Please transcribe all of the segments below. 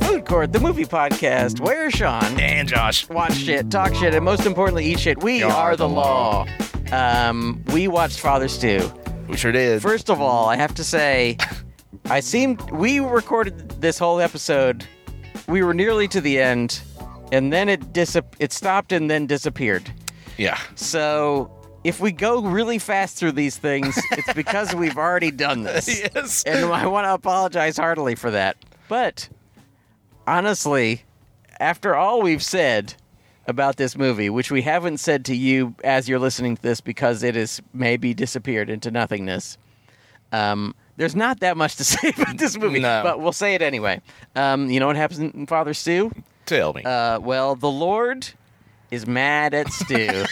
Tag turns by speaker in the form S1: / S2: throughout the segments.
S1: Discord, the movie podcast, where Sean
S2: And Josh.
S1: watch shit, talk shit, and most importantly, eat shit. We
S2: You're
S1: are the
S2: the
S1: law. Um, we watched Father Stew.
S2: We sure did.
S1: First of all, I have to say, I seem we recorded this whole episode. We were nearly to the end, and then it dis- it stopped and then disappeared.
S2: yeah.
S1: So if we go really fast through these things, it's because we've already done this.
S2: Yes.
S1: And I want to apologize heartily for that. But honestly, after all we've said about this movie, which we haven't said to you as you're listening to this because it has maybe disappeared into nothingness, um, there's not that much to say about this movie.
S2: No.
S1: But we'll say it anyway. Um, you know what happens in Father Stew?
S2: Tell me.
S1: Uh, well, the Lord is mad at Stu.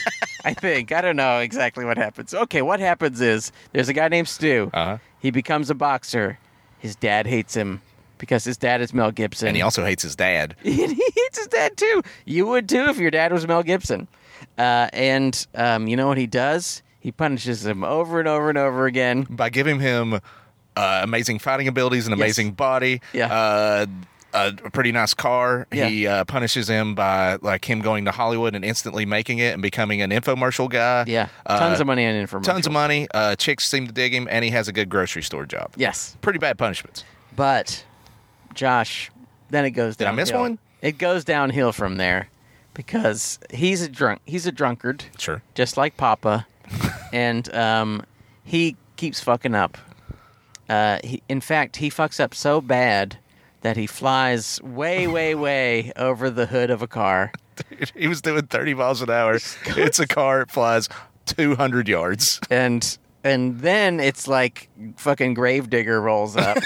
S1: I think. I don't know exactly what happens. Okay, what happens is there's a guy named Stu.
S2: Uh-huh.
S1: He becomes a boxer. His dad hates him because his dad is Mel Gibson.
S2: and he also hates his dad.
S1: And he hates his dad too. You would too if your dad was Mel Gibson. Uh, and um, you know what he does? He punishes him over and over and over again.
S2: By giving him uh, amazing fighting abilities, an amazing body,
S1: Yeah.
S2: uh, a pretty nice car.
S1: Yeah.
S2: He uh, punishes him by like him going to Hollywood and instantly making it and becoming an infomercial guy.
S1: Yeah,
S2: Uh,
S1: tons of money on infomercials.
S2: Tons of money. Uh, chicks seem to dig him, and he has a good grocery store job.
S1: Yes,
S2: Pretty bad punishments.
S1: But Josh, then it goes
S2: I
S1: downhill.
S2: miss one?
S1: It goes downhill from there because he's a drunk. He's a drunkard,
S2: Sure.
S1: just like Papa, and um, he keeps fucking up. Uh, he, in fact, he fucks up so bad that he flies way, way, way over the hood of a car.
S2: He was doing 30 miles an hour. It's a car. It flies 200 yards.
S1: and and then it's like fucking gravedigger rolls up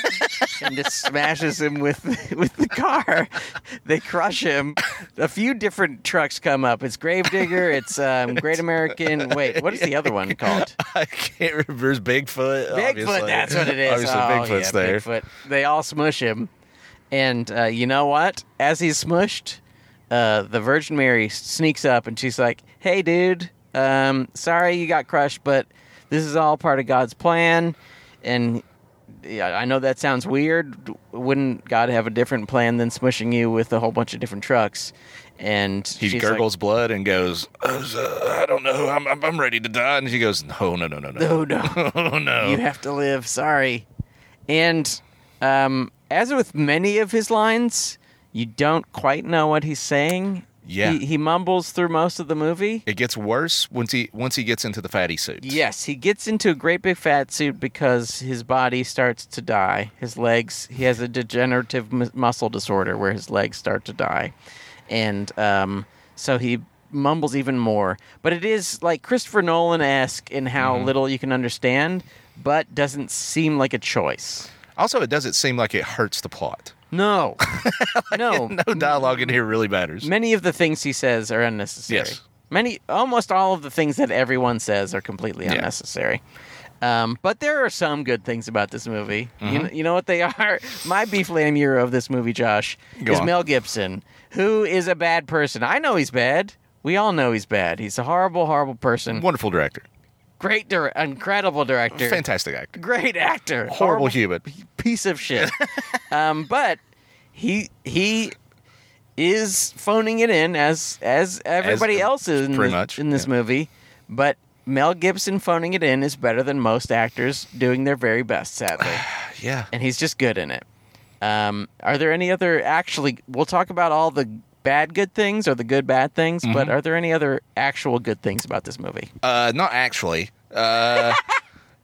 S1: and just smashes him with with the car. They crush him. A few different trucks come up. It's Gravedigger. It's um, Great American. Wait, what is the other one called?
S2: I can't remember. It's Bigfoot.
S1: Bigfoot.
S2: obviously.
S1: That's what it is.
S2: Obviously,
S1: Oh,
S2: Bigfoot's
S1: yeah,
S2: there.
S1: Bigfoot. They all smush him, and uh, you know what? As he's smushed, uh, the Virgin Mary sneaks up and she's like, "Hey, dude, um, sorry you got crushed, but this is all part of God's plan." And yeah, I know that sounds weird. Wouldn't God have a different plan than smushing you with a whole bunch of different trucks? And
S2: He
S1: she's like,
S2: gurgles blood and goes, "Uh, I don't know. I'm, I'm, I'm ready to die. And she goes, No, no, no, no, no.
S1: "Oh no."
S2: Oh, no.
S1: You have to live. Sorry. And um, as with many of his lines, you don't quite know what he's saying.
S2: Yeah.
S1: He, he mumbles through most of the movie.
S2: It gets worse once he once he gets into the fatty suit.
S1: Yes, he gets into a great big fat suit because his body starts to die. His legs, he has a degenerative mu- muscle disorder where his legs start to die. And um, so he mumbles even more. But it is like Christopher Nolan esque in how
S2: Mm-hmm.
S1: little you can understand, but doesn't seem like a choice.
S2: Also, it doesn't seem like it hurts the plot.
S1: No. no.
S2: No dialogue in here really matters.
S1: Many of the things he says are unnecessary.
S2: Yes.
S1: Many almost all of the things that everyone says are completely
S2: Yeah.
S1: unnecessary. Um, but there are some good things about this movie. You,
S2: Mm-hmm.
S1: kn- you know what they are? My beef lamure of this movie, Josh,
S2: Go
S1: is
S2: on.
S1: Mel Gibson, who is a bad person. I know he's bad. We all know he's bad. He's a horrible, horrible person.
S2: Wonderful director.
S1: Great, dir- incredible director.
S2: Fantastic actor.
S1: Great actor.
S2: Horrible human.
S1: piece of shit. um, but he he is phoning it in as as everybody else is in
S2: pretty
S1: this,
S2: much,
S1: in this
S2: yeah.
S1: movie. But Mel Gibson phoning it in is better than most actors doing their very best, sadly.
S2: Yeah.
S1: and he's just good in it. Um, are there any other actually? We'll talk about all the bad good things or the good bad things. But
S2: Mm-hmm.
S1: are there any other actual good things about this movie?
S2: Uh, not actually. Uh,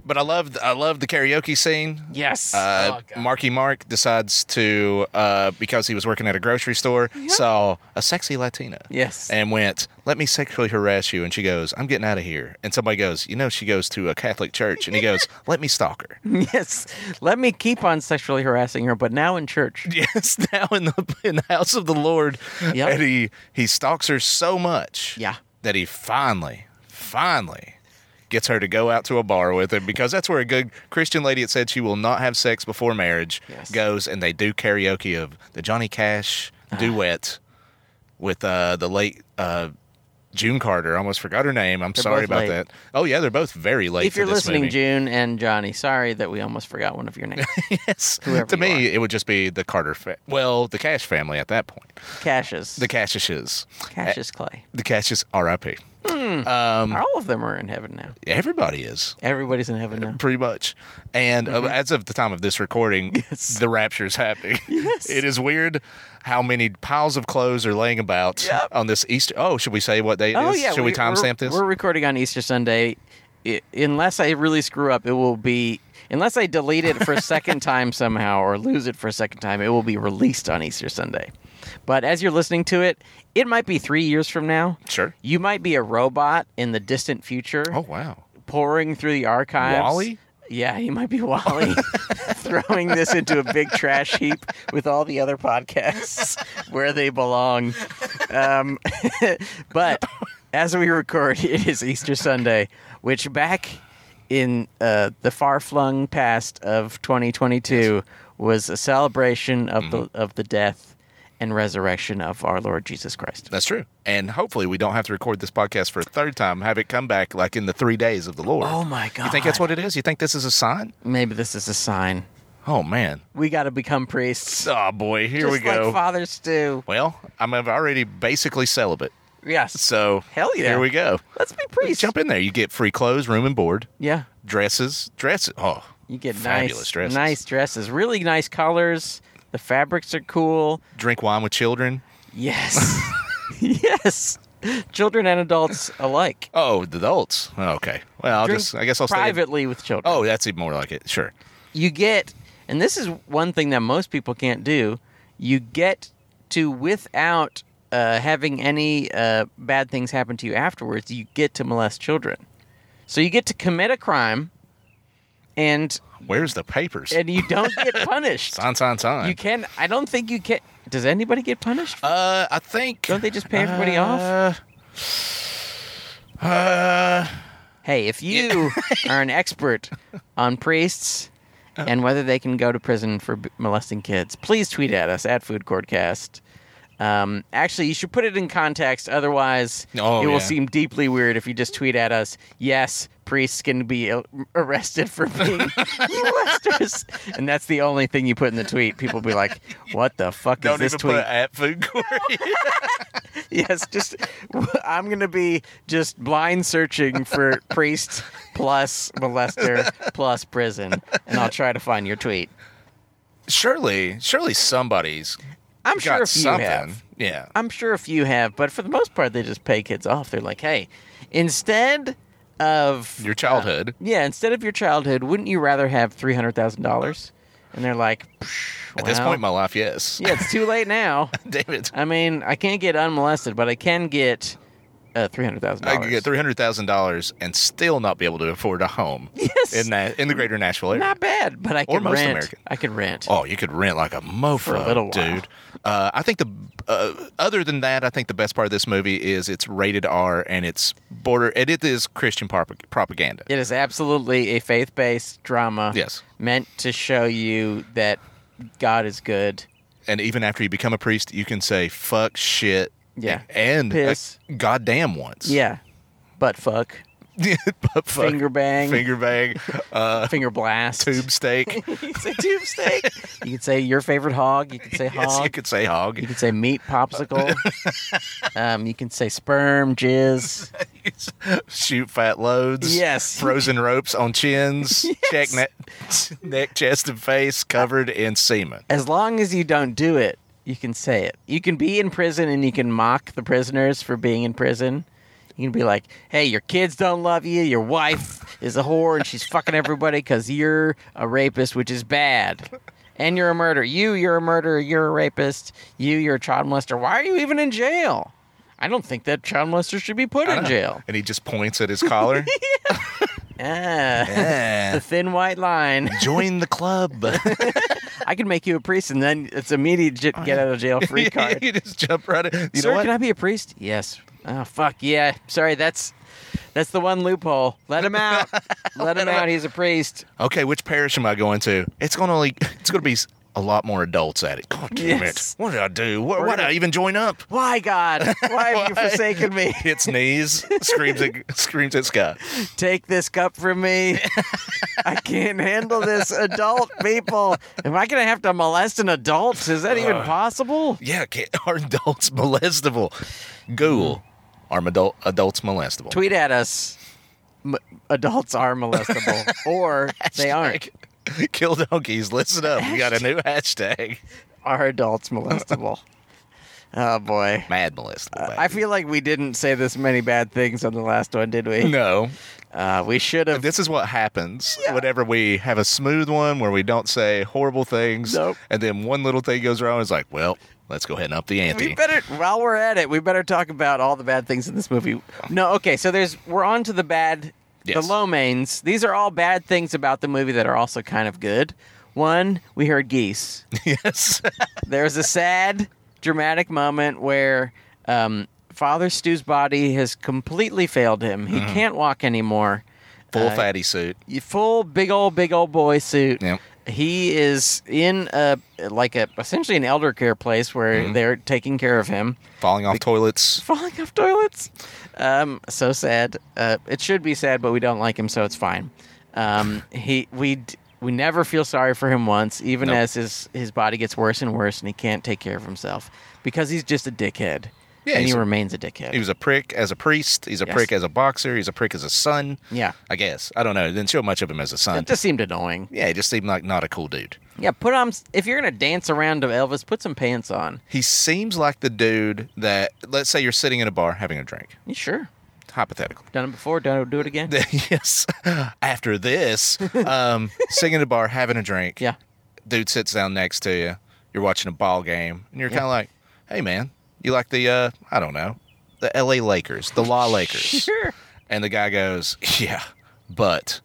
S2: but I loved I loved the karaoke scene.
S1: Yes.
S2: Uh, Marky Mark decides to uh, because he was working at a grocery store saw a sexy Latina.
S1: Yes.
S2: And went, let me sexually harass you. And she goes, I'm getting out of here. And somebody goes, you know, she goes to a Catholic church. And he goes, let me stalk her.
S1: yes. Let me keep on sexually harassing her, but now in church.
S2: Yes, now in the in the house of the Lord,
S1: Yep.
S2: and he he stalks her so much,
S1: Yeah.
S2: that he finally, finally, gets her to go out to a bar with him because that's where a good Christian lady that said she will not have sex before marriage
S1: Yes.
S2: goes, and they do karaoke
S1: Uh-huh.
S2: of the Johnny Cash duet with uh, the late uh, June Carter. I almost forgot her name. I'm
S1: They're
S2: sorry
S1: both
S2: about
S1: late.
S2: that. Oh yeah, they're both very late.
S1: if
S2: for
S1: you're
S2: this
S1: listening,
S2: movie.
S1: June and Johnny, sorry that we almost forgot one of your names.
S2: yes.
S1: whoever
S2: To
S1: you
S2: me, it would just be the Carter. Fa- well, the Cash family at that point.
S1: Cassius.
S2: The Cashishes.
S1: Cassius Clay.
S2: The Cashes. R.I.P. Um,
S1: Are All of them are in heaven now.
S2: Everybody is.
S1: Everybody's in heaven now.
S2: pretty much. And
S1: Mm-hmm.
S2: uh, as of the time of this recording, the rapture's happening.
S1: Yes.
S2: It is weird how many piles of clothes are laying about
S1: Yep.
S2: on this Easter. Oh, should we say what day it is?
S1: Oh yeah,
S2: should we
S1: we're-
S2: timestamp
S1: we're-
S2: this?
S1: We're recording on Easter Sunday. I unless I really screw up, it will be. Unless I delete it for a second time somehow or lose it for a second time, it will be released on Easter Sunday. But as you're listening to it, it might be three years from now.
S2: Sure.
S1: You might be a robot in the distant future,
S2: Oh wow.
S1: pouring through the archives.
S2: Wall-E?
S1: Yeah, he might be Wally, throwing this into a big trash heap with all the other podcasts where they belong. Um, but as we record, it is Easter Sunday, which back in uh, the far flung past of 2022 was a celebration of the of the death and resurrection of our Lord Jesus Christ.
S2: That's true. And hopefully we don't have to record this podcast for a third time, have it come back like in the three days of the Lord.
S1: Oh my God!
S2: You think that's what it is? You think this is a sign?
S1: Maybe this is a sign.
S2: Oh man.
S1: We got to become priests.
S2: Oh boy, here
S1: Just
S2: we go.
S1: Like fathers do.
S2: well, I'm already basically celibate.
S1: Yes.
S2: So
S1: Hell yeah.
S2: here we go.
S1: Let's be priests.
S2: Jump in there. You get free clothes, room and board.
S1: Yeah.
S2: dresses, dresses. Oh,
S1: You get
S2: fabulous
S1: nice
S2: dresses.
S1: nice dresses. Really nice colors. The fabrics are cool.
S2: Drink wine with children.
S1: Yes. yes. Children and adults alike.
S2: Oh, the adults. Oh, Okay. Well, I'll
S1: Drink
S2: just. I guess I'll stay.
S1: privately with children.
S2: Oh, that's even more like it. Sure.
S1: You get and this is one thing that most people can't do. You get to without uh, having any uh, bad things happen to you afterwards, you get to molest children. So you get to commit a crime and
S2: Where's the papers?
S1: and you don't get punished.
S2: sign, sign, sign.
S1: You can. I don't think you can. Does anybody get punished?
S2: uh, I think.
S1: Don't they just pay everybody off?
S2: Uh, uh,
S1: Hey, if you are an expert on priests
S2: Uh-huh.
S1: and whether they can go to prison for b- molesting kids, please tweet at us at Food Courtcast. Um, actually, you should put it in context. Otherwise,
S2: Oh,
S1: it will
S2: yeah.
S1: seem deeply weird if you just tweet at us. Yes, priests can be a- arrested for being molesters, and that's the only thing you put in the tweet. People be like, "What the fuck
S2: don't
S1: is this
S2: even
S1: tweet?"
S2: put at food court.
S1: yes, just I'm gonna be just blind searching for priest plus molester plus prison, and I'll try to find your tweet.
S2: surely, surely somebody's
S1: I'm
S2: got
S1: sure if
S2: something.
S1: you have,
S2: Yeah.
S1: I'm sure if you have, but for the most part, they just pay kids off. They're like, hey, instead of
S2: Your childhood.
S1: yeah, instead of your childhood, wouldn't you rather have three hundred thousand dollars? And they're like, "Psh,
S2: At this
S1: well,
S2: point in my life, yes.
S1: yeah, it's too late now.
S2: Damn it.
S1: I mean, I can't get unmolested, but I can get uh, three hundred thousand
S2: I
S1: dollars.
S2: could get three hundred thousand dollars and still not be able to afford a home.
S1: Yes.
S2: in that in the greater Nashville area.
S1: Not bad, but I
S2: Or
S1: could
S2: most
S1: rent.
S2: American.
S1: I could rent.
S2: oh, you could rent like a mofo,
S1: For a little while.
S2: dude. Uh, I think the uh, other than that, I think the best part of this movie is it's rated R and it's border and it is Christian prop- propaganda.
S1: It is absolutely a faith-based drama.
S2: Yes.
S1: meant to show you that God is good.
S2: And even after you become a priest, you can say fuck shit.
S1: Yeah.
S2: and
S1: Piss.
S2: uh, goddamn once.
S1: Yeah, butt fuck,
S2: But fuck.
S1: finger bang, finger,
S2: finger bang, uh,
S1: blast,
S2: tube steak.
S1: you can say tube steak. You can say your favorite hog. You can say hog.
S2: yes, you could say hog.
S1: You can say meat popsicle. um, you can say sperm jizz.
S2: shoot fat loads.
S1: Yes.
S2: Frozen ropes on chins, check neck, neck, chest, and face covered in semen.
S1: As long as you don't do it, you can say it. You can be in prison and you can mock the prisoners for being in prison. You can be like, hey, your kids don't love you. Your wife is a whore and she's fucking everybody because you're a rapist, which is bad. And you're a murderer. You, you're a murderer. You're a rapist. You, you're a child molester. Why are you even in jail? I don't think that child molester should be put in jail.
S2: Ah. And he just points at his collar.
S1: Ah, the
S2: Eh,
S1: thin white line.
S2: Join the club.
S1: I can make you a priest and then it's immediate j- get out of jail free card.
S2: you just jump right in. You
S1: Sir,
S2: know what?
S1: can I be a priest? Yes. Oh fuck yeah. Sorry, that's that's the one loophole. Let him out. Let him out. He's a priest.
S2: okay, which parish am I going to? It's gonna only, it's gonna be a lot more adults at it. God damn
S1: Yes.
S2: it! What did I do? Why,
S1: We're
S2: why did
S1: gonna-
S2: I even join up?
S1: Why, God? Why have you
S2: Why?
S1: forsaken me?
S2: Hits knees, screams at screams at Scott.
S1: Take this cup from me. I can't handle this. Adult people. Am I going to have to molest an adult? Is that even
S2: Uh.
S1: possible?
S2: Yeah, can are adults molestable? Google,
S1: Hmm.
S2: are adult, adults molestable?
S1: Tweet at us. M- adults are molestable, or they aren't.
S2: Hashtag Kill donkeys. Listen up. We got a new hashtag.
S1: Are adults molestable? Oh, boy.
S2: Mad molestable.
S1: Uh, I feel like we didn't say this many bad things on the last one, did we?
S2: no.
S1: Uh, we should have.
S2: This is what happens
S1: Yeah.
S2: whenever we have a smooth one where we don't say horrible things,
S1: Nope.
S2: and then one little thing goes wrong. It's like, well, let's go ahead and up the
S1: We
S2: ante.
S1: better, while we're at it, we better talk about all the bad things in this movie. No, okay, so there's, we're on to the bad, the
S2: Yes.
S1: low mains. These are all bad things about the movie that are also kind of good. One, we heard geese.
S2: yes.
S1: There's a sad, dramatic moment where um, Father Stu's body has completely failed him. He can't walk anymore.
S2: Mm-hmm. Full
S1: Uh,
S2: fatty suit.
S1: y- full big old big old boy suit.
S2: Yep.
S1: He is in a like a essentially an elder care place where
S2: Mm-hmm.
S1: they're taking care of him.
S2: Falling off toilets.
S1: Falling off toilets. Um, so sad. Uh, it should be sad, but we don't like him, so it's fine. Um, he we d- we never feel sorry for him once, even
S2: Nope.
S1: as his his body gets worse and worse, and he can't take care of himself because he's just a dickhead.
S2: Yeah,
S1: and he
S2: he's a-
S1: remains a dickhead.
S2: He was a prick as a priest. He's a
S1: Yes.
S2: prick as a boxer. He's a prick as a son.
S1: yeah,
S2: I guess. I don't know. Didn't show much of him as a son.
S1: it just seemed annoying.
S2: yeah, he just seemed like not a cool dude.
S1: Yeah, put on s- if you're gonna dance around to Elvis, put some pants on.
S2: He seems like the dude that, let's say you're sitting in a bar having a drink,
S1: You sure?
S2: hypothetically.
S1: Done it before. Done it. Do it again.
S2: yes. After this, um, sitting in a bar having a drink.
S1: yeah.
S2: Dude sits down next to you. You're watching a ball game, and you're kind of like, "Hey, man, you like the uh, I don't know, the L.A. Lakers, the Law Lakers?"
S1: Sure.
S2: and the guy goes, "Yeah, but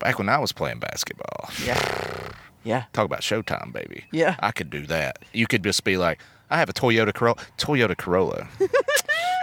S2: back when I was playing basketball,
S1: Yeah. Yeah.
S2: talk about Showtime, baby.
S1: Yeah.
S2: I could do that. You could just be like, I have a Toyota Corolla. Toyota Corolla.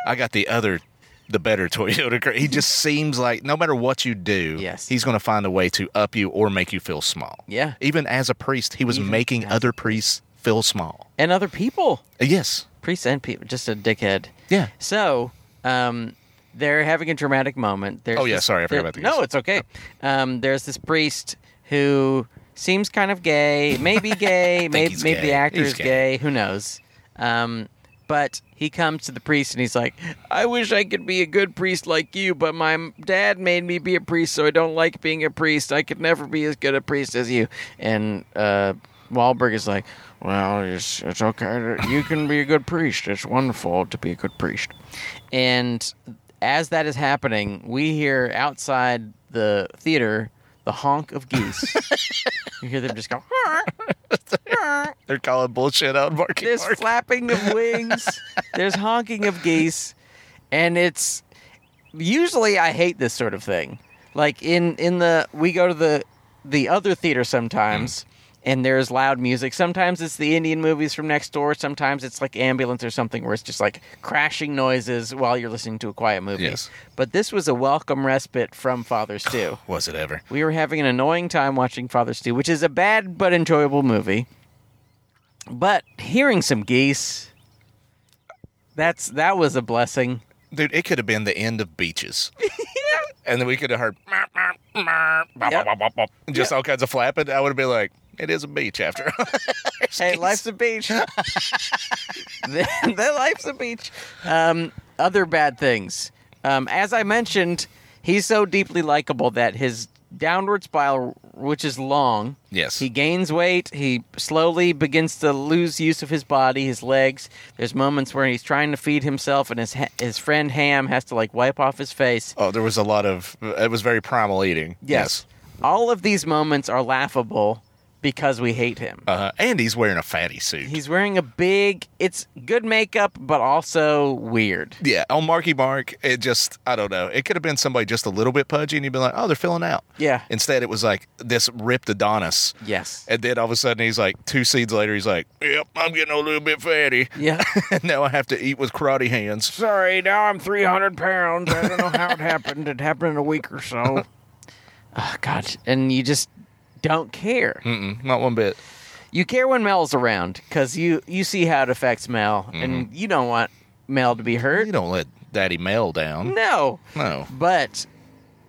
S2: I got the other, the better Toyota. Cor-" He just seems like no matter what you do,
S1: Yes.
S2: he's going to find a way to up you or make you feel small.
S1: Yeah.
S2: Even as a priest, he was
S1: Even
S2: making
S1: as-
S2: other priests feel small. Uh,
S1: And other people,
S2: Yes.
S1: priests and people, just a dickhead.
S2: Yeah.
S1: So, um, they're having a dramatic moment. There's
S2: Oh, yeah,
S1: this-
S2: sorry, I forgot
S1: there-
S2: about the
S1: No,
S2: guest.
S1: it's okay. Um, there's this priest who seems kind of gay, maybe gay, maybe
S2: he's
S1: maybe the
S2: gay.
S1: actor
S2: He's
S1: is gay. Who knows? Um, but he comes to the priest and he's like, "I wish I could be a good priest like you, but my m- dad made me be a priest, so I don't like being a priest. I could never be as good a priest as you." And uh, Wahlberg is like, "Well, it's it's okay. to- You can be a good priest. It's wonderful to be a good priest." And as that is happening, we hear outside the theater the honk of geese. you hear them just go.
S2: They're calling bullshit out, Marky
S1: There's
S2: Mark.
S1: flapping of wings. there's honking of geese, and it's usually I hate this sort of thing. Like in in the we go to the the other theater sometimes. And there's loud music. Sometimes it's the Indian movies from next door. Sometimes it's like ambulance or something where it's just like crashing noises while you're listening to a quiet movie.
S2: Yes.
S1: But this was a welcome respite from Father Stew.
S2: was it ever?
S1: We were having an annoying time watching Father Stew, which is a bad but enjoyable movie. But hearing some geese, that's that was a blessing.
S2: Dude, it could have been the end of beaches. And then we could have heard "Meow, meow, meow, bop,
S1: Yep.
S2: bop, bop, bop," and just all kinds of flapping. I would have been like, it is a beach after all.
S1: Hey, life's a beach. the, the life's a beach. Um, other bad things. Um, as I mentioned, he's so deeply likable that his downward spiral, which is long,
S2: Yes.
S1: he gains weight. He slowly begins to lose use of his body, his legs. There's moments where he's trying to feed himself, and his ha- his friend Ham has to like wipe off his face.
S2: Oh, there was a lot of. It was very primal eating.
S1: all of these moments are laughable because we hate him.
S2: Uh, and he's wearing a fatty suit.
S1: He's wearing a big. It's good makeup, but also weird.
S2: yeah. On Marky Mark, it just. I don't know. It could have been somebody just a little bit pudgy, and you'd be like, oh, they're filling out.
S1: Yeah.
S2: Instead, it was like this ripped Adonis.
S1: Yes.
S2: And then all of a sudden, he's like, two seeds later, he's like, yep, I'm getting a little bit fatty.
S1: Yeah.
S2: and now I have to eat with karate hands.
S1: Sorry, now I'm 300 pounds. I don't know how it happened. It happened in a week or so. oh, God. And you just don't care.
S2: Hmm. Mm-mm, not one bit.
S1: you care when Mel's around because you you see how it affects Mel,
S2: Mm-hmm.
S1: and you don't want Mel to be hurt.
S2: You don't let Daddy Mel down.
S1: No,
S2: No.
S1: but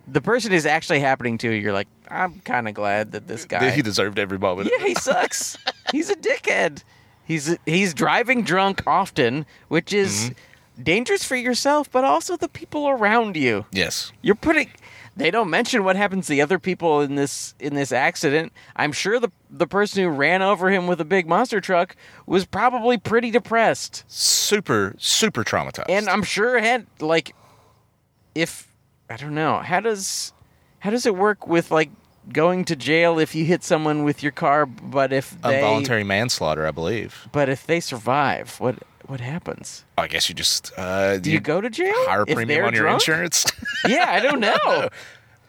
S1: the person is actually happening to you're like, I'm kind of glad that this guy.
S2: He deserved every moment.
S1: yeah, he sucks. he's a dickhead. He's he's driving drunk often, which is
S2: Mm-hmm.
S1: dangerous for yourself, but also the people around you.
S2: Yes.
S1: You're putting. They don't mention what happens to the other people in this in this accident. I'm sure the the person who ran over him with a big monster truck was probably pretty depressed,
S2: Super, super traumatized.
S1: and I'm sure had like, if I don't know how does how does it work with like going to jail if you hit someone with your car, but if they
S2: involuntary manslaughter, I believe.
S1: but if they survive, what what happens?
S2: I guess you just uh,
S1: Do you go to jail?
S2: higher
S1: if
S2: premium
S1: they're
S2: on your
S1: drunk?
S2: insurance.
S1: Yeah, I don't know.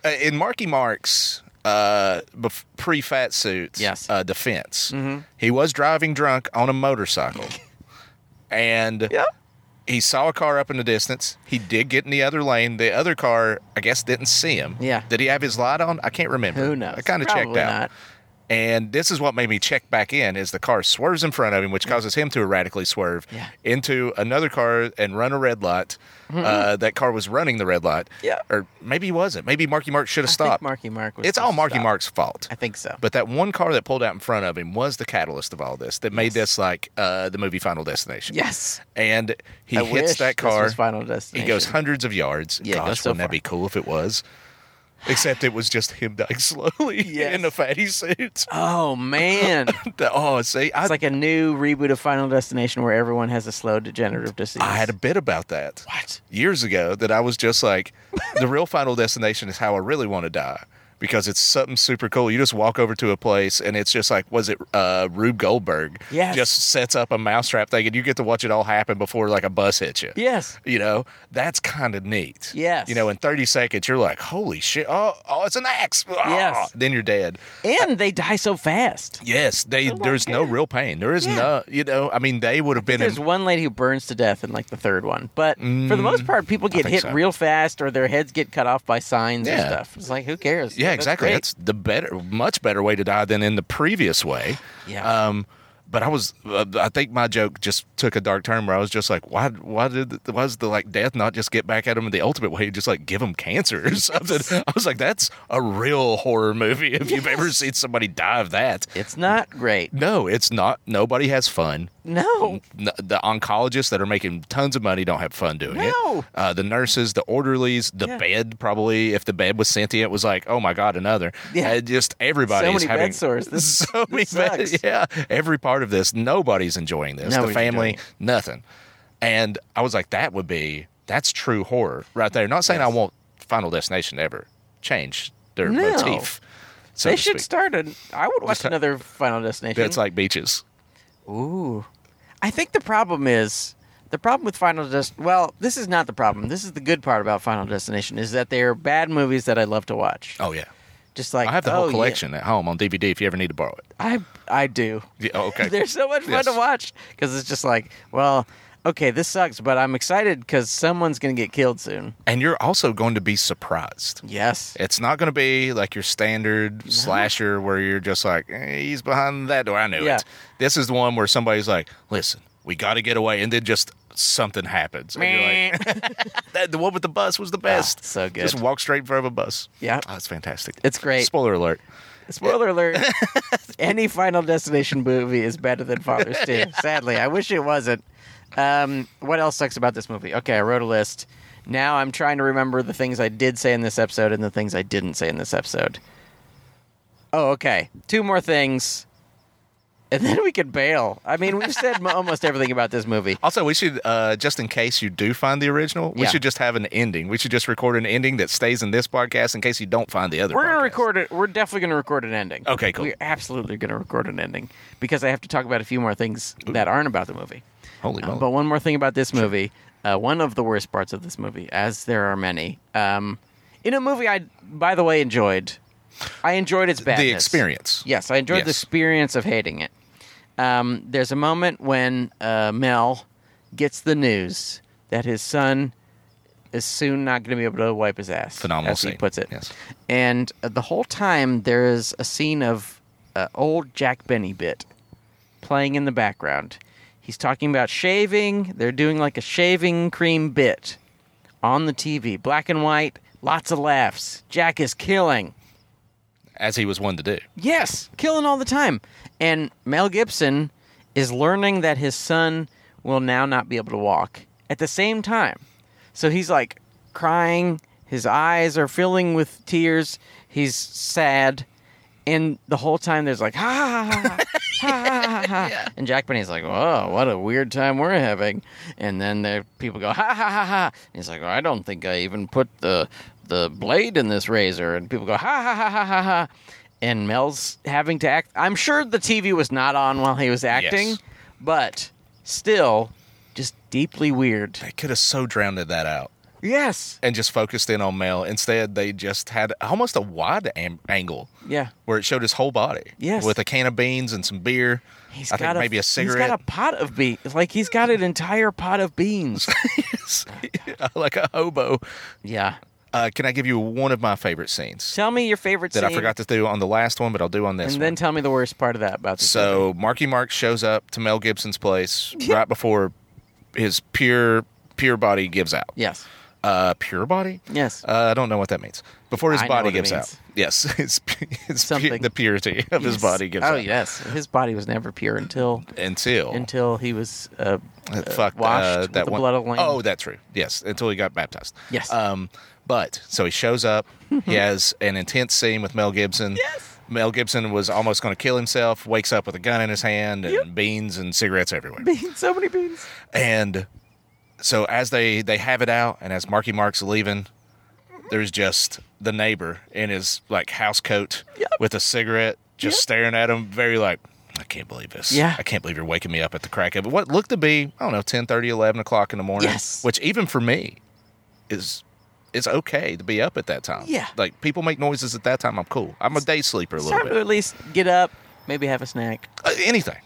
S2: Uh, in Marky Mark's uh, bef- pre-fat suits
S1: Yes. Mm-hmm.
S2: uh, defense, he was driving drunk on a motorcycle, and
S1: yeah.
S2: he saw a car up in the distance. He did get in the other lane. The other car, I guess, didn't see him.
S1: Yeah.
S2: Did he have his light on? I can't remember.
S1: Who knows?
S2: I kind of checked
S1: Probably
S2: out.
S1: not.
S2: And this is what made me check back in: is the car swerves in front of him, which causes him to erratically swerve
S1: Yeah. Mm-hmm.
S2: into another car and run a red light. Uh, that car was running the red light.
S1: Yeah.
S2: Or maybe he wasn't. Maybe Marky Mark should have
S1: I think
S2: stopped.
S1: Marky Mark was.
S2: it's all
S1: supposed to
S2: Marky
S1: stop.
S2: Mark's fault.
S1: I think so.
S2: But that one car that pulled out in front of him was the catalyst of all this that made this like uh, the movie Final Destination.
S1: yes.
S2: And he
S1: I wish
S2: hits that
S1: This
S2: car.
S1: was Final
S2: He
S1: Destination.
S2: goes hundreds of yards.
S1: Yeah, it
S2: Gosh,
S1: goes so
S2: wouldn't that
S1: far.
S2: be cool if it was? Except it was just him dying slowly
S1: Yes.
S2: in the fatty suit.
S1: Oh man!
S2: The- oh, see, I,
S1: It's like a new reboot of Final Destination where everyone has a slow degenerative disease.
S2: I had a bit about that
S1: what?
S2: years ago that I was just like, the real final destination is how I really want to die because it's something super cool. You just walk over to a place and it's just like, was it uh, Rube Goldberg?
S1: Yes.
S2: Just sets up a mousetrap thing and you get to watch it all happen before like a bus hits you.
S1: Yes.
S2: You know, that's kind of neat.
S1: Yes.
S2: You know, in 30 seconds, you're like, holy shit. Oh, oh it's an axe. Ah.
S1: Yes.
S2: Then you're dead.
S1: And they die so fast.
S2: Yes. They, there's no real pain. There is
S1: Oh Yeah.
S2: no, you know, I mean, they would have been in.
S1: There's one lady who burns to death in like the third one, but for the most part, people get
S2: Mm, think
S1: hit
S2: so.
S1: real fast or their heads get cut off by signs and
S2: Yeah.
S1: stuff. It's like who cares?
S2: Yeah,
S1: That's
S2: exactly.
S1: great.
S2: That's the better, much better way to die than in the previous way.
S1: Yeah.
S2: Um, but I was, uh, I think my joke just took a dark turn where I was just like, why, why did, why does the like death not just get back at him in the ultimate way, just like give him cancer or something? I was like, that's a real horror movie if you've ever seen somebody die of that.
S1: it's not great.
S2: No, it's not. Nobody has fun.
S1: No.
S2: N- the oncologists that are making tons of money don't have fun doing
S1: No.
S2: it. Uh, the nurses, the orderlies, the
S1: Yeah.
S2: bed probably. If the bed was sentient, was like, oh my god, another.
S1: Yeah.
S2: Uh, just everybody's
S1: So many
S2: having
S1: bed sores. This-
S2: so many
S1: this
S2: bed-
S1: sucks.
S2: Yeah, every part of this, nobody's enjoying this.
S1: Nobody's
S2: the family,
S1: enjoying it.
S2: nothing. And I was like, that would be that's true horror right there. Not saying I want Final Destination to ever change their
S1: No.
S2: motif. So
S1: They
S2: to
S1: should
S2: speak.
S1: start an. I would watch
S2: ha-
S1: another Final Destination.
S2: It's like beaches.
S1: Ooh. I think the problem is the problem with Final Dest well, this is not the problem. This is the good part about Final Destination is that they are bad movies that I love to watch.
S2: Oh yeah.
S1: Just like
S2: I have the
S1: oh,
S2: whole
S1: yeah.
S2: collection at home on DVD if you ever need to borrow it.
S1: I I do.
S2: Yeah, oh, okay.
S1: They're so much fun
S2: Yes.
S1: to watch cuz it's just like, well, okay, this sucks, but I'm excited cuz someone's going to get killed soon.
S2: and you're also going to be surprised.
S1: Yes.
S2: It's not going to be like your standard slasher where you're just like, eh, he's behind that door. I knew
S1: Yeah.
S2: it. This is the one where somebody's like, listen, we got to get away. And then just something happens. And you're like, that, the one with the bus was the best.
S1: Ah, so good.
S2: Just walk straight in front of a bus.
S1: Yeah.
S2: Oh, it's fantastic.
S1: It's great.
S2: Spoiler alert.
S1: Spoiler alert. Any Final Destination movie is better than Father's Day. Sadly, I wish it wasn't. Um, what else sucks about this movie? Okay, I wrote a list. Now I'm trying to remember the things I did say in this episode and the things I didn't say in this episode. Oh, okay. Two more things. And then we could bail. I mean, we've said almost everything about this movie.
S2: Also, we should, uh, just in case you do find the original, we
S1: Yeah.
S2: should just have an ending. We should just record an ending that stays in this podcast in case you don't find the other
S1: We're gonna
S2: podcast.
S1: record it. We're definitely gonna record an ending.
S2: Okay, cool.
S1: We're absolutely gonna record an ending because I have to talk about a few more things that aren't about the movie.
S2: Holy
S1: Um,
S2: moly.
S1: but one more thing about this movie, uh, one of the worst parts of this movie, as there are many, um, in a movie I, by the way, enjoyed. I enjoyed its badness.
S2: the experience.
S1: Yes, I enjoyed the
S2: Yes.
S1: experience of hating it. Um, there's a moment when uh, Mel gets the news that his son is soon not going to be able to wipe his ass.
S2: Phenomenal
S1: as he
S2: scene.
S1: puts it.
S2: Yes.
S1: And uh, the whole time there is a scene of uh, old Jack Benny bit playing in the background. He's talking about shaving. They're doing like a shaving cream bit on the TV, black and white, lots of laughs. Jack is killing.
S2: as he was one to do.
S1: Yes, killing all the time. And Mel Gibson is learning that his son will now not be able to walk at the same time. So he's like crying, his eyes are filling with tears, he's sad, and the whole time there's like ha ha ha ha ha ha ha. And Jack Benny's like, "Whoa, what a weird time we're having." And then the people go, "Ha ha ha ha!" And he's like, well, "I don't think I even put the the blade in this razor." And people go, "Ha ha ha ha ha ha!" And Mel's having to act. I'm sure the TV was not on while he was acting,
S2: Yes.
S1: but still, just deeply weird.
S2: They could have so drowned that out
S1: Yes.
S2: and just focused in on Mel. Instead, they just had almost a wide am- angle
S1: Yeah.
S2: where it showed his whole body.
S1: Yes.
S2: With a can of beans and some beer.
S1: He's
S2: I think maybe a
S1: He's
S2: cigarette.
S1: got a pot of beans. Like he's got an entire pot of beans.
S2: like a hobo.
S1: yeah.
S2: Uh, can I give you one of my favorite scenes
S1: Tell me your favorite
S2: that
S1: scene.
S2: I forgot to do on the last one, but I'll do on this
S1: And
S2: one.
S1: then tell me the worst part of that about the
S2: So Marky Mark shows up to Mel Gibson's place right before his pure pure body gives out.
S1: Yes.
S2: Uh, pure body?
S1: Yes.
S2: Uh, I don't know what that means. Before his
S1: I know
S2: body
S1: what it
S2: gives out.
S1: means.
S2: Yes, it's, it's pu-
S1: Something.
S2: the purity of his body gives
S1: oh,
S2: out.
S1: yes. His body was never pure until
S2: Until,
S1: until he was uh,
S2: uh, fuck,
S1: washed
S2: uh,
S1: with
S2: that
S1: the
S2: one-
S1: blood of the Lamb.
S2: Oh, that's true. Yes, until he got baptized.
S1: Yes.
S2: Um, but so he shows up. he has an intense scene with Mel Gibson.
S1: Yes.
S2: Mel Gibson was almost going to kill himself. Wakes up with a gun in his hand and
S1: Yep.
S2: beans and cigarettes everywhere.
S1: beans. So many beans.
S2: And so as they they have it out, and as Marky Mark's leaving, there's just the neighbor in his like house coat
S1: Yep.
S2: with a cigarette, just
S1: Yep.
S2: staring at him, very like. I can't believe this.
S1: Yeah.
S2: I can't believe you're waking me up at the crack of what looked to be, I don't know, 10, 11 o'clock in the morning.
S1: Yes.
S2: Which even for me is it's okay to be up at that time.
S1: Yeah.
S2: Like people make noises at that time. I'm cool. I'm a day sleeper a
S1: It's
S2: little
S1: time to
S2: bit.
S1: at least get up, maybe have a snack,
S2: Uh, anything.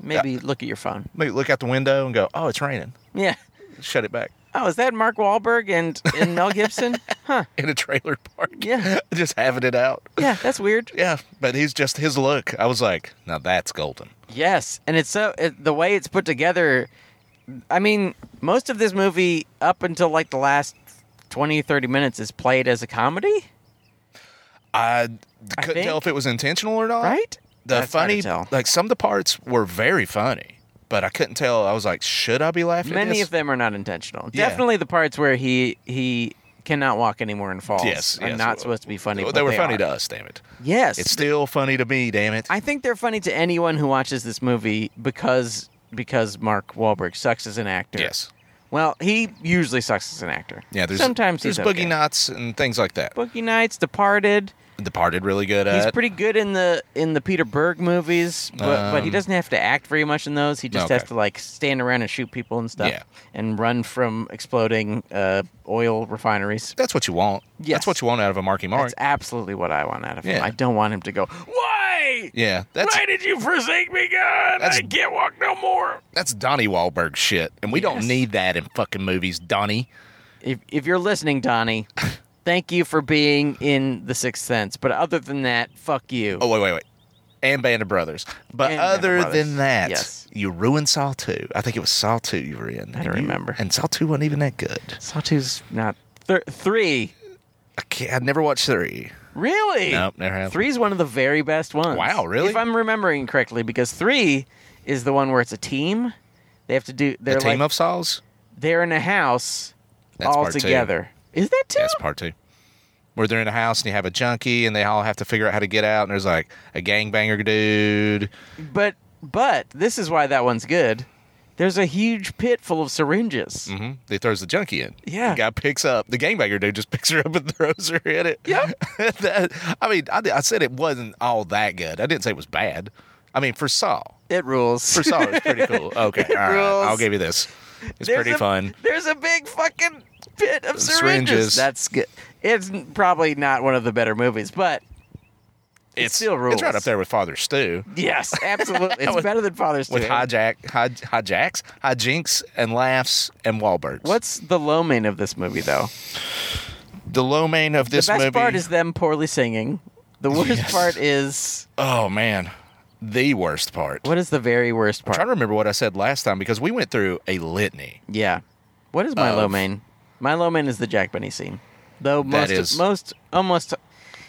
S1: maybe look at your phone.
S2: Maybe look out the window and go, Oh, it's raining.
S1: Yeah.
S2: Shut it back.
S1: Oh, is that Mark Wahlberg and, and Mel Gibson? huh.
S2: in a trailer park.
S1: Yeah.
S2: just having it out.
S1: Yeah, that's weird.
S2: Yeah, but he's just his look. I was like, now that's golden.
S1: Yes, and it's so it, the way it's put together. I mean, most of this movie up until like the last 20 30 minutes is played as a comedy,
S2: I
S1: I
S2: couldn't
S1: think-
S2: tell if it was intentional or not.
S1: right?
S2: Uh, The
S1: That's hard to
S2: funny,
S1: tell.
S2: like some of the parts were very funny, but I couldn't tell. I was like, should I be laughing? at
S1: many
S2: this?
S1: of them are not intentional.
S2: Yeah.
S1: Definitely the parts where he he cannot walk anymore and falls
S2: Yes,
S1: are
S2: yes.
S1: not supposed to be funny.
S2: They,
S1: but
S2: were funny
S1: are.
S2: to us, damn it.
S1: Yes,
S2: It's still funny to me, damn it.
S1: I think they're funny to anyone who watches this movie because because Mark Wahlberg sucks as an actor.
S2: yes.
S1: Well, he usually sucks as an actor.
S2: Yeah, there's
S1: sometimes
S2: there's
S1: he's
S2: boogie
S1: okay.
S2: knots and things like that.
S1: Boogie Nights, Departed.
S2: Departed really good
S1: He's
S2: at.
S1: pretty good in the in the Peter Berg movies, but, but he
S2: Um,
S1: doesn't have to act very much in those. He just has
S2: Okay.
S1: to like stand around and shoot people and stuff,
S2: Yeah.
S1: and run from exploding uh, oil refineries.
S2: that's what you want.
S1: Yes.
S2: That's what you want out of a Marky Mark.
S1: That's absolutely what I want out of him.
S2: Yeah.
S1: I don't want him to go. Why?
S2: yeah, that's
S1: Why did you forsake me, God?
S2: That's-
S1: I can't walk no more.
S2: That's Donnie Wahlberg shit, and we
S1: Yes.
S2: don't need that in fucking movies, Donnie.
S1: If if you're listening, Donnie, thank you for being in the Sixth Sense. But other than that, fuck you.
S2: Oh wait, wait, wait, and Band of Brothers. But
S1: And Band of
S2: other
S1: Brothers,
S2: than that,
S1: yes.
S2: you ruined Saw Two. I think it was Saw Two you were in.
S1: I don't
S2: And you-
S1: remember.
S2: And Saw Two wasn't even that good.
S1: Sawtooth's not th- three.
S2: I can't, I'd never watched three.
S1: Really?
S2: Nope, never have.
S1: Three is one of the very best ones.
S2: Wow, really?
S1: If I'm remembering correctly, because three is the one where it's a team. They have to do. They're
S2: The
S1: like
S2: team of Saws.
S1: they're in a house
S2: That's
S1: all
S2: part two.
S1: together. Is that two?
S2: That's part two. Where they're in a house and you have a junkie and they all have to figure out how to get out and there's like a gangbanger dude.
S1: but but this is why that one's good. There's a huge pit full of syringes.
S2: hmm He throws the junkie in.
S1: Yeah.
S2: The guy picks up the gangbanger dude just picks her up and throws her in it.
S1: Yep.
S2: That- I mean, I, did- I said it wasn't all that good. I didn't say it was bad. I mean, for Saw,
S1: It rules.
S2: for Saw, it's pretty cool. Okay, all right,
S1: Rules.
S2: I'll give you this. It's
S1: There's
S2: pretty
S1: a-
S2: fun.
S1: There's a big fucking pit of syringes.
S2: Syringes.
S1: That's good. It's probably not one of the better movies, but
S2: It's
S1: still rules.
S2: It's right up there with Father Stew,
S1: yes, absolutely, it's
S2: With-
S1: better than Father's
S2: with
S1: Day.
S2: hijack, hij, hijacks, hijinks, and laughs and Wahlbergs.
S1: What's the low main of this movie, though?
S2: the low main of this
S1: the best
S2: movie? Oh,
S1: part is them poorly singing. The worst
S2: Yes.
S1: part is
S2: oh man, the worst part.
S1: What is the very worst
S2: I'm trying
S1: part?
S2: to remember what I said last time because we went through a litany.
S1: Yeah. What is Milo
S2: Of-
S1: Main? Milo Main is the Jack Benny scene. Though most
S2: That is-
S1: most almost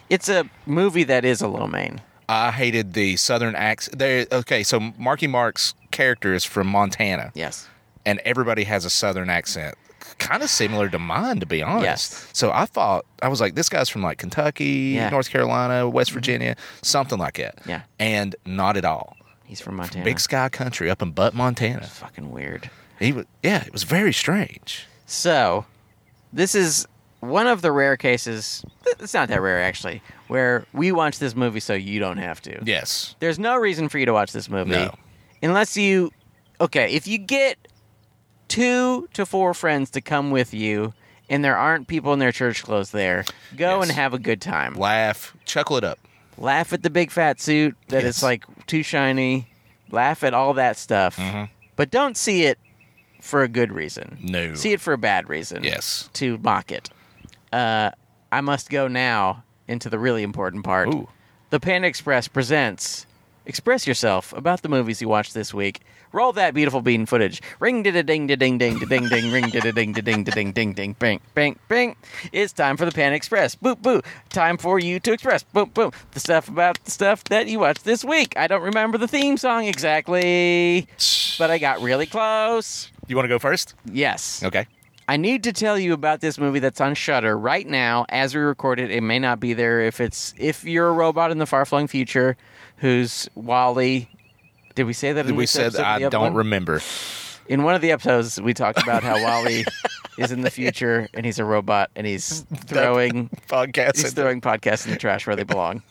S1: it's a movie that is a low main.
S2: I hated the southern accent. There, okay, so Marky Mark's character is from Montana,
S1: Yes.
S2: and everybody has a southern accent, kind of similar to mine, to be honest.
S1: Yes.
S2: So I thought I was like, this guy's from like Kentucky,
S1: Yeah. Mm-hmm.
S2: North Carolina, West Virginia, something like that.
S1: Yeah.
S2: and not at all.
S1: He's from Montana.
S2: Big Sky Country up in Butt, Montana.
S1: fucking weird.
S2: He was, yeah, it was very strange.
S1: So, this is one of the rare cases. th- It's not that rare actually, where we watch this movie so you don't have to.
S2: Yes,
S1: There's no reason for you to watch this movie.
S2: No.
S1: Unless you Okay, if you get 2 to 4 friends to come with you and there aren't people in their church clothes there, go
S2: Yes.
S1: and have a good time.
S2: laugh, chuckle it up.
S1: Laugh at the big fat suit that it's
S2: Yes.
S1: like too shiny. Laugh at all that stuff.
S2: Mm-hmm.
S1: But don't see it for a good reason.
S2: No.
S1: See it for a bad reason
S2: Yes.
S1: to mock it. Uh, I must go now into the really important part.
S2: Ooh.
S1: The Panda Express presents Express Yourself about the movies you watched this week. Roll that beautiful bean footage. Ring did a ding da ding ding da ding ding ring did a ding da ding da ding ding ding bing bing bing. It's time for the Panda Express. Boop boo. Time for you to express. Boom boom. The stuff about the stuff that you watched this week. I don't remember the theme song exactly, but I got really close.
S2: You want to go first?
S1: Yes.
S2: Okay.
S1: I need to tell you about this movie that's on Shutter right now as we record it. It may not be there if it's if you're a robot in the far flung future who's Wally. Did we say that? In
S2: We
S1: this
S2: said
S1: episode,
S2: I
S1: the other
S2: don't
S1: one?
S2: remember.
S1: In one of the episodes, we talked about how Wally is in the future and he's a robot and he's throwing
S2: Podcast.
S1: he's throwing podcasts in the trash where they belong.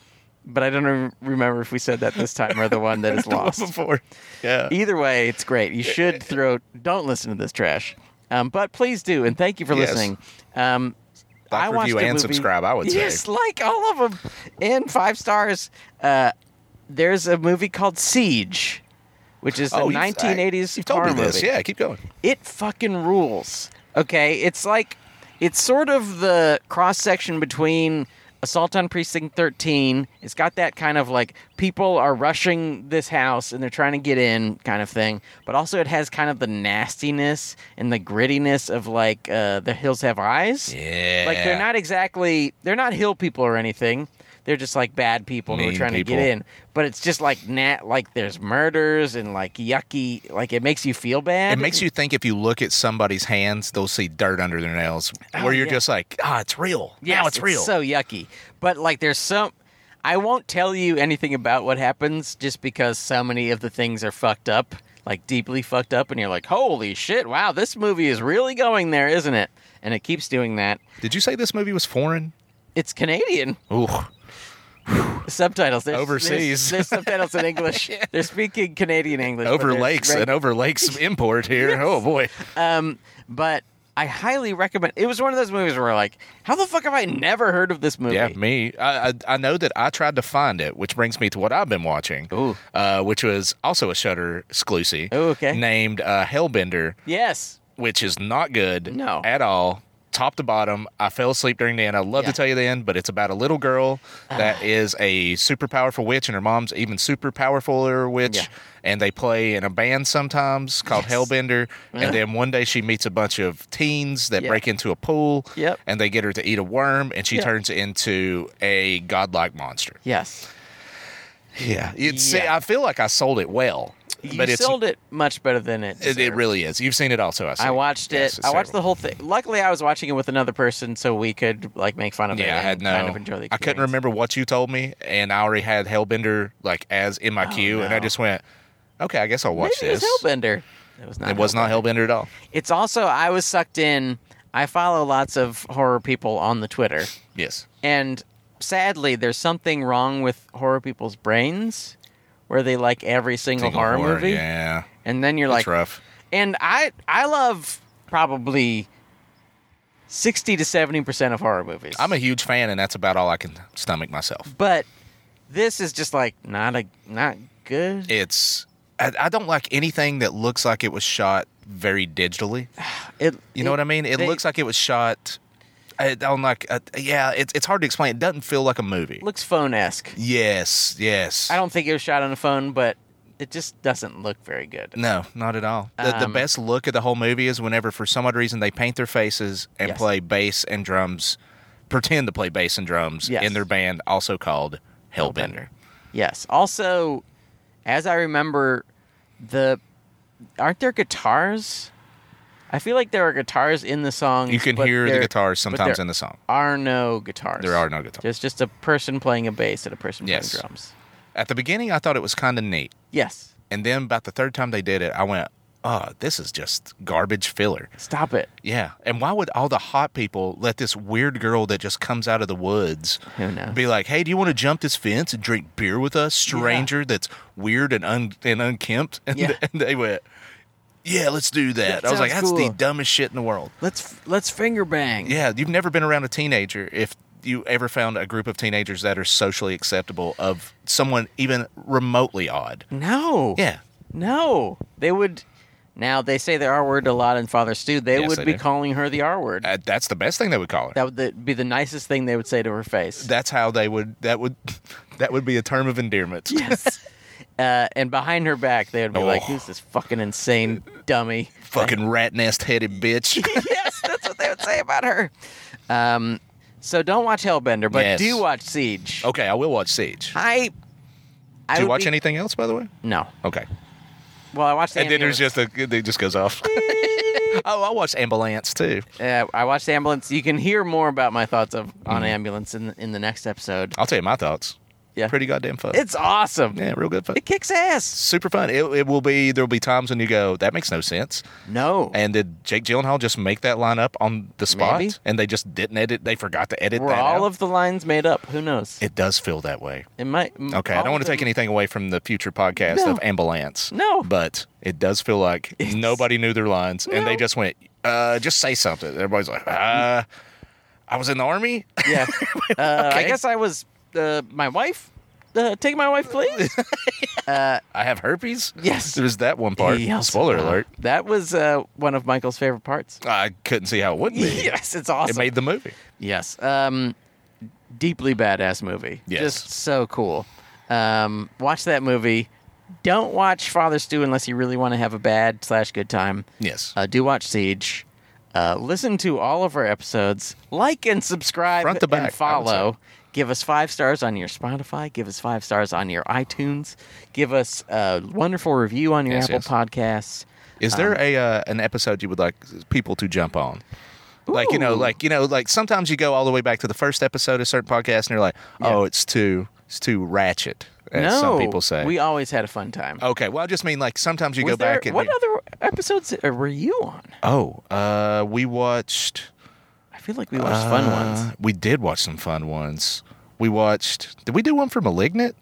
S1: But I don't re- remember if we said that this time or the one that is lost.
S2: before. Yeah.
S1: Either way, it's great. You should throw. Don't listen to this trash, um, but please do. And thank you for
S2: Yes.
S1: listening. Um,
S2: Like,
S1: watched
S2: review
S1: a
S2: and
S1: movie-
S2: subscribe, I would say.
S1: Yes, like all of them, and five stars. Uh, there's a movie called Siege, which is a
S2: you've- Oh, I-
S1: 1980s
S2: You've told me
S1: horror
S2: this.
S1: movie.
S2: Yeah, keep going.
S1: It fucking rules. Okay, it's like it's sort of the cross section between Assault on Precinct 13. It's got that kind of like people are rushing this house and they're trying to get in kind of thing, but also it has kind of the nastiness and the grittiness of like uh, the hills have eyes.
S2: Yeah.
S1: Like they're not exactly they're not hill people or anything. They're just like bad people who are
S2: Mean
S1: trying
S2: people.
S1: to get in. But it's just like nat like there's murders and like yucky like it makes you feel bad.
S2: It makes you think if you look at somebody's hands, they'll see dirt under their nails, where you're
S1: Oh, yeah.
S2: just like, ah, it's real. Yeah,
S1: Yes,
S2: it's real.
S1: so yucky. But like, there's some. I won't tell you anything about what happens just because so many of the things are fucked up, like deeply fucked up, and you're like, holy shit, wow, this movie is really going there, isn't it? And it keeps doing that.
S2: Did you say this movie was foreign?
S1: It's Canadian
S2: Ooh,
S1: subtitles. There's, There's,
S2: Overseas.
S1: there's subtitles in English. They're speaking Canadian English. but
S2: over
S1: there's
S2: lakes
S1: reg-
S2: and over lakes import here. Oh boy,
S1: Um, but I highly recommend. It was one of those movies where like, how the fuck have I never heard of this movie?
S2: yeah, me. I, I I know that I tried to find it, which brings me to what I've been watching,
S1: Ooh.
S2: Uh, which was also a Shutter exclusive.
S1: Oh, okay.
S2: Named uh, Hellbender,
S1: Yes.
S2: which is not good
S1: No.
S2: at all top to bottom i fell asleep during the end i love
S1: Yeah.
S2: to tell you the end but it's about a little girl that is a super powerful witch and her mom's even super powerfuler witch
S1: Yeah.
S2: and they play in a band sometimes called
S1: Yes.
S2: hellbender and then one day she meets a bunch of teens that
S1: Yeah.
S2: break into a pool
S1: Yep.
S2: and they get her to eat a worm and she
S1: Yeah.
S2: turns into a godlike monster
S1: Yes.
S2: yeah it's
S1: Yeah.
S2: i feel like i sold it well
S1: You
S2: but it's
S1: sold it much better than it.
S2: it, it
S1: deserved.
S2: really is you've seen it also i, see.
S1: I watched
S2: Yes,
S1: it.
S2: it's
S1: I watched
S2: terrible.
S1: the whole thing. Luckily, I was watching it with another person, so we could like make fun of it.
S2: Yeah, I
S1: and
S2: had no.
S1: Kind of enjoy the
S2: I couldn't
S1: experience.
S2: remember what you told me, and I already had Hellbender like as in my queue, and I
S1: Oh, no.
S2: just went, "Okay, I guess I'll watch
S1: Maybe
S2: this."
S1: it was Hellbender. It was not.
S2: It was not Hellbender at all.
S1: It's also I was sucked in. I follow lots of horror people on the Twitter,
S2: Yes,
S1: and sadly, there's something wrong with horror people's brains, where they like every single,
S2: Single
S1: horror, movie,
S2: Yeah,
S1: and then you're like,
S2: it's rough.
S1: and I I love probably sixty to seventy percent of horror movies.
S2: I'm a huge fan, and that's about all I can stomach myself.
S1: but this is just like not a not good. It,
S2: It's I, I don't like anything that looks like it was shot very digitally. You know what I mean? It
S1: they-
S2: looks like it was shot I, on like uh, yeah, it's it's hard to explain. It doesn't feel like a movie.
S1: Looks phone esque.
S2: Yes, yes.
S1: I don't think it was shot on a phone, but it just doesn't look very good.
S2: No, not at all. The, the
S1: Um,
S2: best look of the whole movie is whenever, for some odd reason, they paint their faces and
S1: Yes.
S2: play bass and drums, pretend to play bass and drums
S1: Yes.
S2: in their band, also called Hellbender.
S1: Yes. Also, as I remember, the aren't there guitars? I feel like there are guitars in the song.
S2: You can
S1: but
S2: hear the
S1: there
S2: guitars sometimes
S1: there-
S2: in the song.
S1: Are no guitars.
S2: There are no guitars.
S1: There's just a person playing a bass and a person
S2: Yes.
S1: playing drums.
S2: At the beginning, I thought it was kind of neat.
S1: Yes.
S2: And then about the third time they did it, I went, oh, this is just garbage filler.
S1: Stop it.
S2: Yeah. And why would all the hot people let this weird girl that just comes out of the woods
S1: Who knows?
S2: be like, hey, do you want to jump this fence and drink beer with us, stranger that's weird and, un- and unkempt? And,
S1: Yeah.
S2: and they went, yeah, let's do that.
S1: That
S2: I was like,
S1: sounds
S2: that's the
S1: cool."
S2: dumbest shit in the world.
S1: let's let's finger bang.
S2: Yeah. You've never been around a teenager if you ever found a group of teenagers that are socially acceptable of someone even remotely odd.
S1: No.
S2: Yeah.
S1: No. They would. Now they say the R word a lot in Father Stew. They
S2: Yes,
S1: would
S2: they
S1: be
S2: do.
S1: calling her the R word.
S2: Uh, that's the best thing they would call her.
S1: that would that'd be the nicest thing they would say to her face.
S2: that's how they would that would that would be a term of endearment.
S1: Yes. uh, and behind her back, they would be like,
S2: Oh.
S1: "Who's this fucking insane dummy?"
S2: Fucking rat nest headed bitch.
S1: yes, that's what they would say about her. Um, so don't watch Hellbender, but
S2: Yes.
S1: do watch Siege.
S2: okay, I will watch Siege.
S1: I. I
S2: Do you
S1: would
S2: watch
S1: be-
S2: anything else, by the way?
S1: No.
S2: Okay.
S1: Well, I watched. the
S2: And then
S1: ambulance.
S2: there's just a it just goes off. oh, I watched Ambulance too.
S1: Uh, I watched ambulance. You can hear more about my thoughts of
S2: Mm-hmm.
S1: on ambulance in in the next episode.
S2: I'll tell you my thoughts.
S1: Yeah.
S2: Pretty goddamn fun.
S1: It's awesome.
S2: yeah, real good fun.
S1: It kicks ass.
S2: Super fun. It, it will be. There will be times when you go, that makes no sense.
S1: No.
S2: And did Jake Gyllenhaal just make that line up on the spot?
S1: Maybe.
S2: And they just didn't edit. They forgot to edit
S1: Were
S2: that
S1: all
S2: out?
S1: of the lines made up? Who knows? It,
S2: it does feel that way.
S1: might.
S2: Okay, I don't want to take
S1: any.
S2: anything away from the future podcast
S1: No.
S2: of Ambulance.
S1: No.
S2: But it does feel like
S1: It's-
S2: nobody knew their lines and
S1: No.
S2: they just went, uh, just say something. Everybody's like, uh, I was in the army.
S1: Yeah. Uh, I
S2: Okay.
S1: guess I was uh, my wife. Uh, take my wife, please. uh,
S2: I have herpes.
S1: Yes.
S2: There's that one part.
S1: yes.
S2: Spoiler
S1: Wow.
S2: alert.
S1: That was uh, one of Michael's favorite parts.
S2: I couldn't see how it wouldn't be.
S1: yes, it's awesome.
S2: It made the movie.
S1: yes. Um, deeply badass movie.
S2: Yes.
S1: Just so cool. Um, watch that movie. Don't watch Father Stew unless you really want to have a bad slash good time.
S2: Yes.
S1: Uh, do watch Siege. Uh, listen to all of our episodes. Like and subscribe
S2: Front to back, I
S1: and
S2: would
S1: follow. Give us five stars on your Spotify. Give us five stars on your iTunes. Give us a wonderful review on your
S2: Yes,
S1: Apple
S2: yes.
S1: Podcasts.
S2: Is there a uh, an episode you would like people to jump on? Like you know,
S1: Ooh.
S2: like you know, like sometimes you go all the way back to the first episode of certain podcast, and you're like, oh, it's too it's too ratchet, as
S1: no,
S2: some people say.
S1: we always had a fun time.
S2: okay, well, I just mean like sometimes you
S1: Was
S2: go
S1: there-
S2: back and
S1: what
S2: you-
S1: other episodes uh, were you on?
S2: oh, uh, we watched
S1: I feel like we watched fun
S2: uh,
S1: ones.
S2: We did watch some fun ones. We watched. Did we do one for Malignant?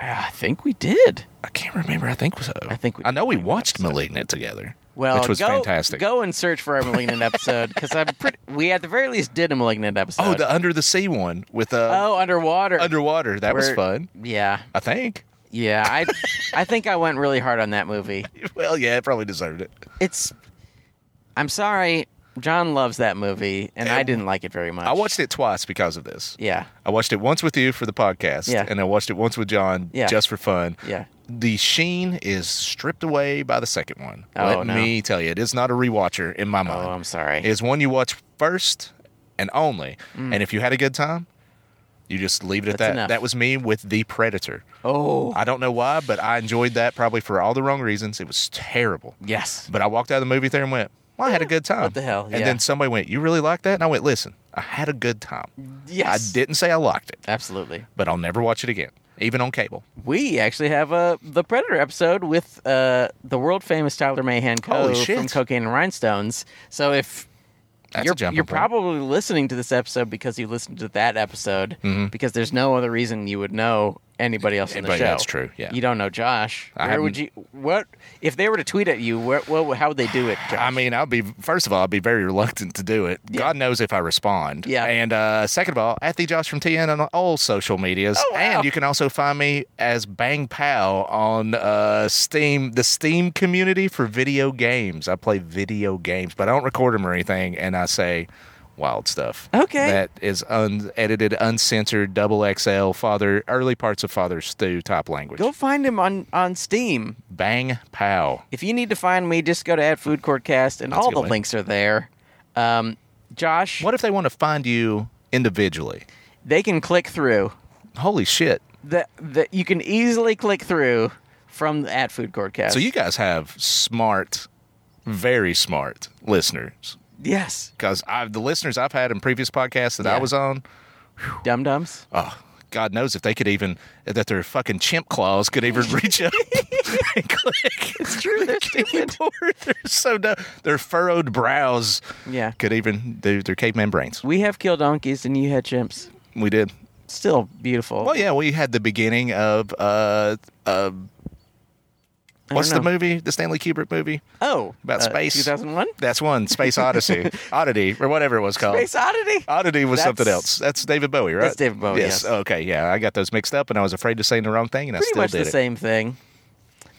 S1: I think we did.
S2: I can't remember. I think uh, so.
S1: I think we
S2: I know
S1: did
S2: we
S1: one
S2: watched Malignant together.
S1: Well,
S2: which was
S1: go,
S2: fantastic.
S1: Go and search for our malignant episode because I'm pretty. We at the very least did a malignant episode.
S2: oh, the Under the Sea one with uh,
S1: oh underwater.
S2: underwater. That was
S1: We're-
S2: fun.
S1: Yeah,
S2: I think.
S1: yeah. I I think I went really hard on that movie.
S2: Well, yeah, it probably deserved it.
S1: It's. I'm sorry, John loves that movie, and I didn't like it very much.
S2: I watched it twice because of this.
S1: Yeah,
S2: I watched it once with you for the podcast,
S1: Yeah.
S2: and I watched it once with John
S1: Yeah.
S2: just for fun.
S1: yeah.
S2: The sheen is stripped away by the second one.
S1: Oh,
S2: Let
S1: no.
S2: me tell you, it is not a rewatcher in my mind.
S1: Oh, I'm sorry. Mm.
S2: It's one you watch first and only. And if you had a good time, you just leave it at
S1: That's
S2: that.
S1: enough.
S2: That was me with The Predator.
S1: oh,
S2: I don't know why, but I enjoyed that probably for all the wrong reasons. It was terrible.
S1: yes.
S2: But I walked out of the movie theater and went, well, I had a good time.
S1: what the hell,
S2: And
S1: yeah.
S2: then somebody went, you really liked that? And I went, listen, I had a good time.
S1: Yes.
S2: I didn't say I liked it,
S1: Absolutely.
S2: but I'll never watch it again, even on cable.
S1: We actually have a the Predator episode with uh, the world famous Tyler Mahan Coe
S2: Holy shit.
S1: from Cocaine and Rhinestones. So if
S2: That's
S1: you're
S2: a jumping
S1: you're
S2: point.
S1: probably listening to this episode because you listened to that episode because there's no other reason you would know anybody else in the
S2: Mm-hmm. Anybody-
S1: show.
S2: that's true, yeah.
S1: you don't know Josh.
S2: I
S1: where would you? What if they were to tweet at you? Where, what? How would they do it? Josh?
S2: I mean, I'll be first of all, I'll be very reluctant to do it. God knows if I respond.
S1: Yeah.
S2: And uh, second of all, at the Josh from TN on all social medias,
S1: Oh, wow.
S2: and you can also find me as Bang Pow on uh, Steam, the Steam community for video games. I play video games, but I don't record them or anything, and I say. wild stuff.
S1: Okay.
S2: That is unedited, uncensored, double XL, father, early parts of Father Stew type language.
S1: Go find him on on Steam.
S2: Bang, pow.
S1: If you need to find me, just go to at Food Court Cast, and
S2: That's
S1: all
S2: a good
S1: the
S2: way.
S1: links are there. Um, Josh,
S2: What if they want to find you individually?
S1: they can click through.
S2: Holy shit.
S1: That that you can easily click through from the at Food Court Cast.
S2: So you guys have smart, very smart listeners.
S1: yes,
S2: Because I've the listeners I've had in previous podcasts that I
S1: Yeah.
S2: was on,
S1: dum dums.
S2: oh, God knows if they could even that their fucking chimp claws could even reach up and click.
S1: It's true. They're stupid.
S2: Lord, they're so dumb. Their furrowed brows
S1: Yeah.
S2: could even do their caveman brains.
S1: We have killed donkeys, and you had chimps.
S2: We did.
S1: Still beautiful.
S2: Well, yeah, we had the beginning of uh, uh
S1: I
S2: what's the
S1: don't know.
S2: movie? The Stanley Kubrick movie
S1: Oh,
S2: about space.
S1: Two thousand one.
S2: That's one Space Odyssey, Oddity, or whatever it was called.
S1: Space Oddity.
S2: Oddity was something
S1: That's-
S2: else. That's David Bowie, right?
S1: That's David Bowie, yes.
S2: Okay. Yeah, I got those mixed up, and I was afraid to say the wrong thing, and I
S1: Pretty
S2: still
S1: much
S2: did
S1: the
S2: it.
S1: same thing.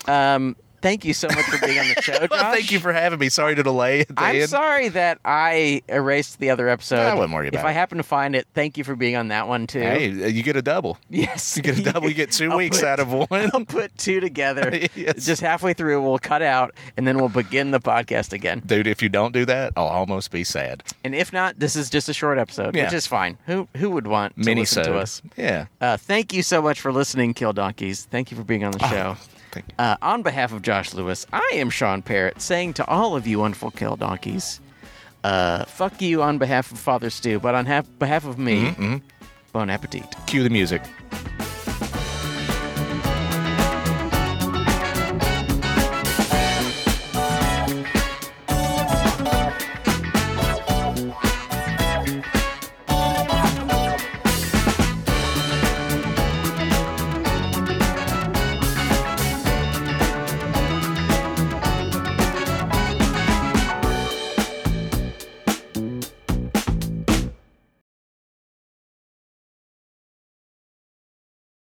S1: Um, thank you so much for being on the show, Josh.
S2: Well, thank you for having me. Sorry to delay. At the
S1: I'm
S2: end.
S1: sorry that I erased the other episode.
S2: I wouldn't worry about
S1: If I
S2: it.
S1: happen to find it, thank you for being on that one too.
S2: Hey, uh, you get a double.
S1: Yes,
S2: You get a double. You get 2
S1: I'll
S2: weeks
S1: put-
S2: out of one.
S1: Put two together.
S2: Yes.
S1: Just halfway through, we'll cut out, and then we'll begin the podcast again.
S2: Dude, if you don't do that, I'll almost be sad.
S1: And if not, this is just a short episode,
S2: Yeah.
S1: which is fine. Who who would want to
S2: Mini
S1: listen to us?
S2: Yeah.
S1: Uh, thank you so much for listening, Kill Donkeys. Thank you for being on the show.
S2: Ah, Thank you.
S1: Uh, on behalf of Josh Lewis, I am Sean Parrott saying to all of you wonderful kill donkeys, uh,
S2: Mm-hmm.
S1: fuck you on behalf of Father Stu, but on half, behalf of me, bon appetit.
S2: Cue the music.